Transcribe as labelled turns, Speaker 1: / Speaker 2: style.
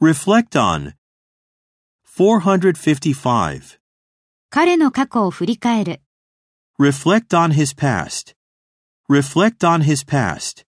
Speaker 1: Reflect on 455.
Speaker 2: 彼の過去を振り返る。
Speaker 1: Reflect on his past. Reflect on his past.